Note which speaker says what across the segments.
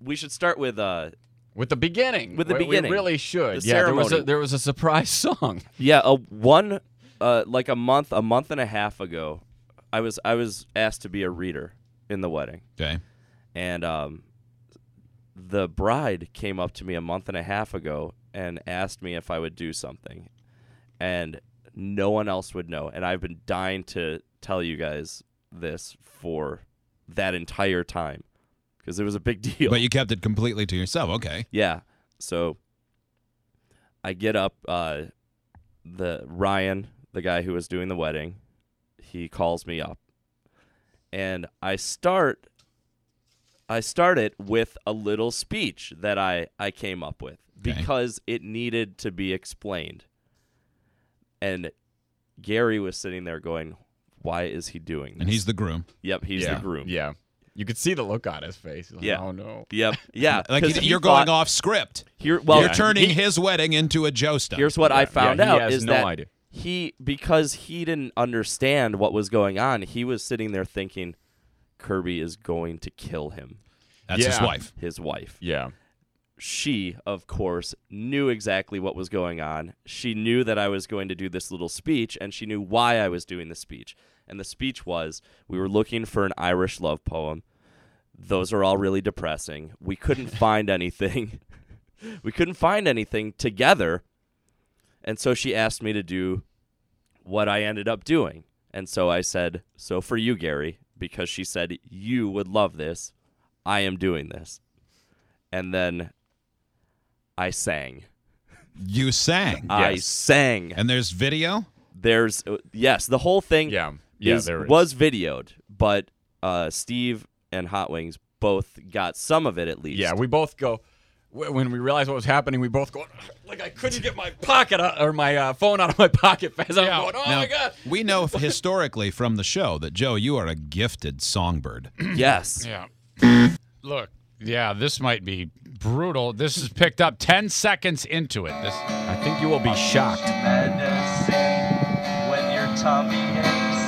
Speaker 1: we should start with uh
Speaker 2: With the beginning.
Speaker 1: With the
Speaker 2: We-
Speaker 1: beginning.
Speaker 2: We really should.
Speaker 1: The
Speaker 2: yeah, there was a
Speaker 1: ceremony.
Speaker 2: there was a surprise song.
Speaker 1: yeah a one uh like a month a month and a half ago, I was I was asked to be a reader in the wedding,
Speaker 3: Okay.
Speaker 1: and um the bride came up to me a month and a half ago and asked me if I would do something, and no one else would know, and I've been dying to tell you guys this for that entire time because it was a big deal.
Speaker 3: But you kept it completely to yourself. Okay.
Speaker 1: Yeah. So I get up. Uh, the Ryan, the guy who was doing the wedding, he calls me up, and I start. I start it with a little speech that I I came up with
Speaker 3: Okay.
Speaker 1: because it needed to be explained. And Gary was sitting there going, "Why is he doing this?"
Speaker 3: And he's the groom.
Speaker 1: yep, he's
Speaker 2: yeah.
Speaker 1: the groom.
Speaker 2: Yeah. You could see the look on his face. He's like,
Speaker 1: Yeah.
Speaker 2: Oh no.
Speaker 1: Yep. Yeah.
Speaker 3: Like
Speaker 1: 'cause
Speaker 3: he-
Speaker 1: he
Speaker 3: you're
Speaker 1: thought-
Speaker 3: going off script.
Speaker 1: Here, well,
Speaker 3: you're turning
Speaker 1: he-
Speaker 3: his wedding into a Joe stuff.
Speaker 1: Here's what I
Speaker 2: Yeah,
Speaker 1: found
Speaker 2: yeah, he
Speaker 1: out
Speaker 2: has
Speaker 1: is
Speaker 2: no
Speaker 1: that
Speaker 2: idea.
Speaker 1: he because he didn't understand what was going on, he was sitting there thinking Kirby is going to kill him,
Speaker 3: That's his
Speaker 2: Yeah.
Speaker 3: wife.
Speaker 1: his wife.
Speaker 2: Yeah.
Speaker 1: She, of course, knew exactly what was going on. She knew that I was going to do this little speech and she knew why I was doing the speech. And the speech was we were looking for an Irish love poem. Those are all really depressing. We couldn't find anything. we couldn't find anything together. And so she asked me to do what I ended up doing. And so I said, So for you, Gary, because she said you would love this, I am doing this. And then I sang.
Speaker 3: You sang.
Speaker 1: I
Speaker 2: Yes.
Speaker 1: sang.
Speaker 3: and there's video.
Speaker 1: There's, uh, yes, the whole thing
Speaker 2: Yeah. Yeah.
Speaker 1: is-
Speaker 2: there it is.
Speaker 1: was videoed, but uh, Steve and Hot Wings both got some of it at least.
Speaker 2: Yeah, we both go. wh- When we realized what was happening, we both go like I couldn't get my pocket out, or my uh, phone out of my pocket fast. I'm going, oh
Speaker 3: Now,
Speaker 2: my god!
Speaker 3: We know historically from the show that Joe, you are a gifted songbird.
Speaker 1: yes.
Speaker 4: Yeah. Look, yeah, this might be brutal. This is picked up 10 seconds into it. This
Speaker 2: I think you will be shocked.
Speaker 5: medicine when your tummy aches.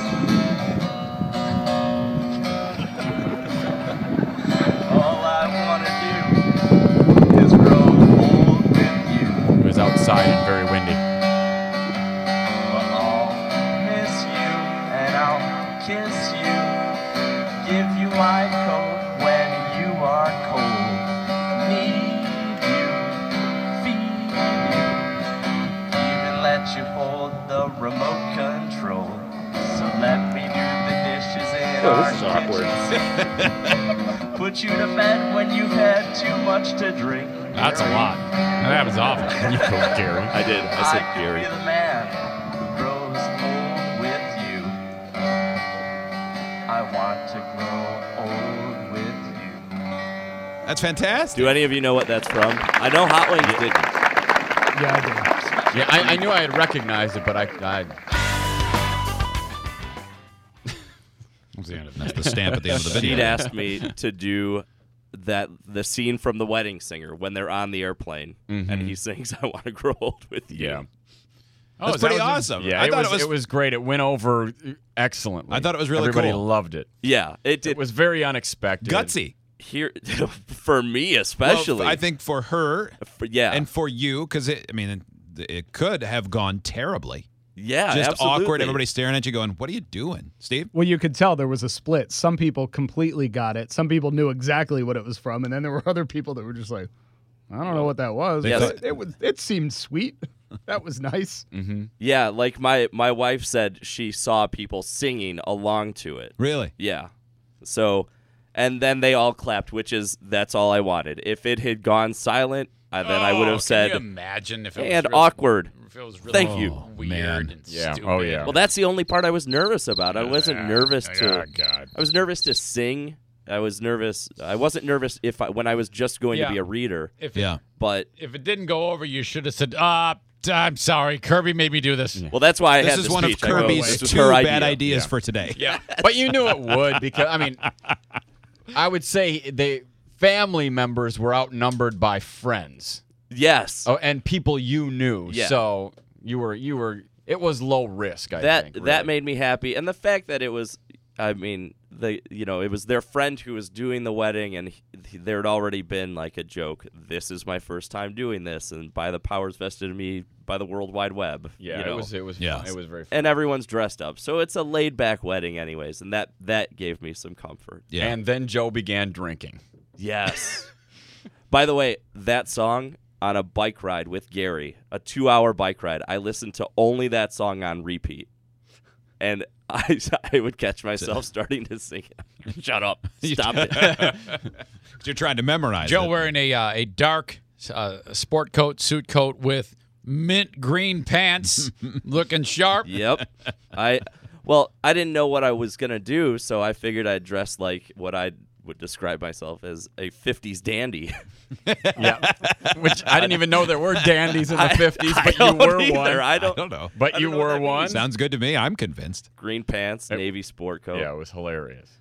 Speaker 5: All I wanna do is grow old with you.
Speaker 2: It was outside and very windy.
Speaker 5: But I'll miss you and I'll kiss you. Give you my coat when you are cold. Need you, feed you, even let you hold the remote control. So let me do the dishes in
Speaker 4: Oh,
Speaker 5: our kitchen sink. Put you to bed when you've had too much to drink.
Speaker 4: that's a lot. That was awful. You go, Gary.
Speaker 1: I did. I
Speaker 5: I
Speaker 1: said
Speaker 5: could
Speaker 1: Gary.
Speaker 5: be the man who grows old with you. I want to grow old with you.
Speaker 3: That's fantastic.
Speaker 1: Do any of you know what that's from? I know Hot Wings didn't.
Speaker 4: Yeah,
Speaker 2: Yeah, I, I knew I had recognized it, but I, I
Speaker 4: That's the end of it.
Speaker 3: That's the stamp at the end of the
Speaker 1: She'd
Speaker 3: video.
Speaker 1: asked me to do that the scene from The Wedding Singer when they're on the airplane and he sings "I Want to Grow Old with You."
Speaker 2: yeah,
Speaker 4: Oh,
Speaker 3: That's
Speaker 4: that was-
Speaker 3: pretty awesome.
Speaker 2: yeah.
Speaker 3: I
Speaker 2: it,
Speaker 3: thought
Speaker 2: was, it was great. It went over excellently.
Speaker 3: I thought it was really
Speaker 2: Everybody
Speaker 3: cool.
Speaker 2: loved it.
Speaker 1: yeah. It did
Speaker 2: It was very unexpected.
Speaker 3: gutsy.
Speaker 1: here for me
Speaker 3: Well,
Speaker 1: especially.
Speaker 3: I think for her
Speaker 1: For- yeah,
Speaker 3: and for you, because I mean, it, it could have gone terribly.
Speaker 1: yeah,
Speaker 3: Just awkward.
Speaker 1: absolutely.
Speaker 3: Everybody staring at you, going, "What are you doing, Steve?"
Speaker 6: Well, you could tell there was a split. Some people completely got it. Some people knew exactly what it was from, and then there were other people that were just like, "I don't know what that was."
Speaker 1: Yes.
Speaker 6: but it was. It seemed sweet. That was nice.
Speaker 1: Yeah, like my my wife said, she saw people singing along to it.
Speaker 3: Really?
Speaker 1: Yeah, so and then they all clapped, which is that's all I wanted. If it had gone silent, I, then I would
Speaker 4: Oh,
Speaker 1: have said
Speaker 4: Can you imagine if it
Speaker 1: and
Speaker 4: was real-
Speaker 1: awkward.
Speaker 4: If it was really
Speaker 1: Thank you.
Speaker 3: Oh,
Speaker 4: Weird
Speaker 3: man.
Speaker 4: and
Speaker 2: Yeah.
Speaker 4: stupid.
Speaker 2: Oh, yeah.
Speaker 1: Well, that's the only part I was nervous about. I wasn't nervous to.
Speaker 4: Oh, God.
Speaker 1: I was nervous to sing. I was nervous. I wasn't nervous if I, when I was just going
Speaker 4: Yeah.
Speaker 1: to be a reader,
Speaker 4: If it,
Speaker 3: Yeah.
Speaker 1: but
Speaker 4: if it didn't go over, you should have said, uh, I'm sorry. Kirby made me do this.
Speaker 1: well, that's why I
Speaker 3: this
Speaker 1: had
Speaker 3: is
Speaker 1: the
Speaker 3: one of
Speaker 1: speech. I go,
Speaker 3: Kirby's
Speaker 1: "This was
Speaker 3: two
Speaker 1: her
Speaker 3: bad
Speaker 1: idea."
Speaker 3: ideas for today.
Speaker 4: Yeah.
Speaker 2: but you knew it would because I mean, I would say the family members were outnumbered by friends.
Speaker 1: Yes,
Speaker 2: Oh, and people you knew.
Speaker 1: Yeah.
Speaker 2: So you were you were it was low risk. I
Speaker 1: that that
Speaker 2: think, really.
Speaker 1: made me happy, and the fact that it was, I mean, the you know it was their friend who was doing the wedding and he, there had already been like a joke this is my first time doing this and by the powers vested in me by the world wide web
Speaker 2: Yeah,
Speaker 1: you know?
Speaker 2: it was. It was.
Speaker 3: Yeah.
Speaker 2: Fun. It was very. Fun.
Speaker 1: and everyone's dressed up so it's a laid back wedding anyways and that that gave me some comfort
Speaker 3: Yeah.
Speaker 2: And then Joe began drinking.
Speaker 1: Yes. By the way, that song on a bike ride with Gary, a two hour bike ride, I listened to only that song on repeat. And I, I would catch myself starting to sing it. Shut up. Stop it.
Speaker 3: You're trying to memorize
Speaker 4: Joe
Speaker 3: it.
Speaker 4: wearing a uh, a dark uh, sport coat, suit coat with mint green pants, looking sharp.
Speaker 1: Yep. I well, I didn't know what I was gonna do, so I figured I'd dress like what I would describe myself as a fifties dandy.
Speaker 2: Which I didn't even know there were dandies in the fifties,
Speaker 1: I
Speaker 2: but you
Speaker 1: don't
Speaker 2: were
Speaker 1: either.
Speaker 2: one.
Speaker 1: I don't,
Speaker 3: I don't know.
Speaker 2: but
Speaker 1: I
Speaker 2: you
Speaker 1: don't know what
Speaker 2: were
Speaker 1: that means.
Speaker 2: one.
Speaker 3: Sounds good to me. I'm convinced.
Speaker 1: green pants, navy sport coat.
Speaker 2: yeah, it was hilarious.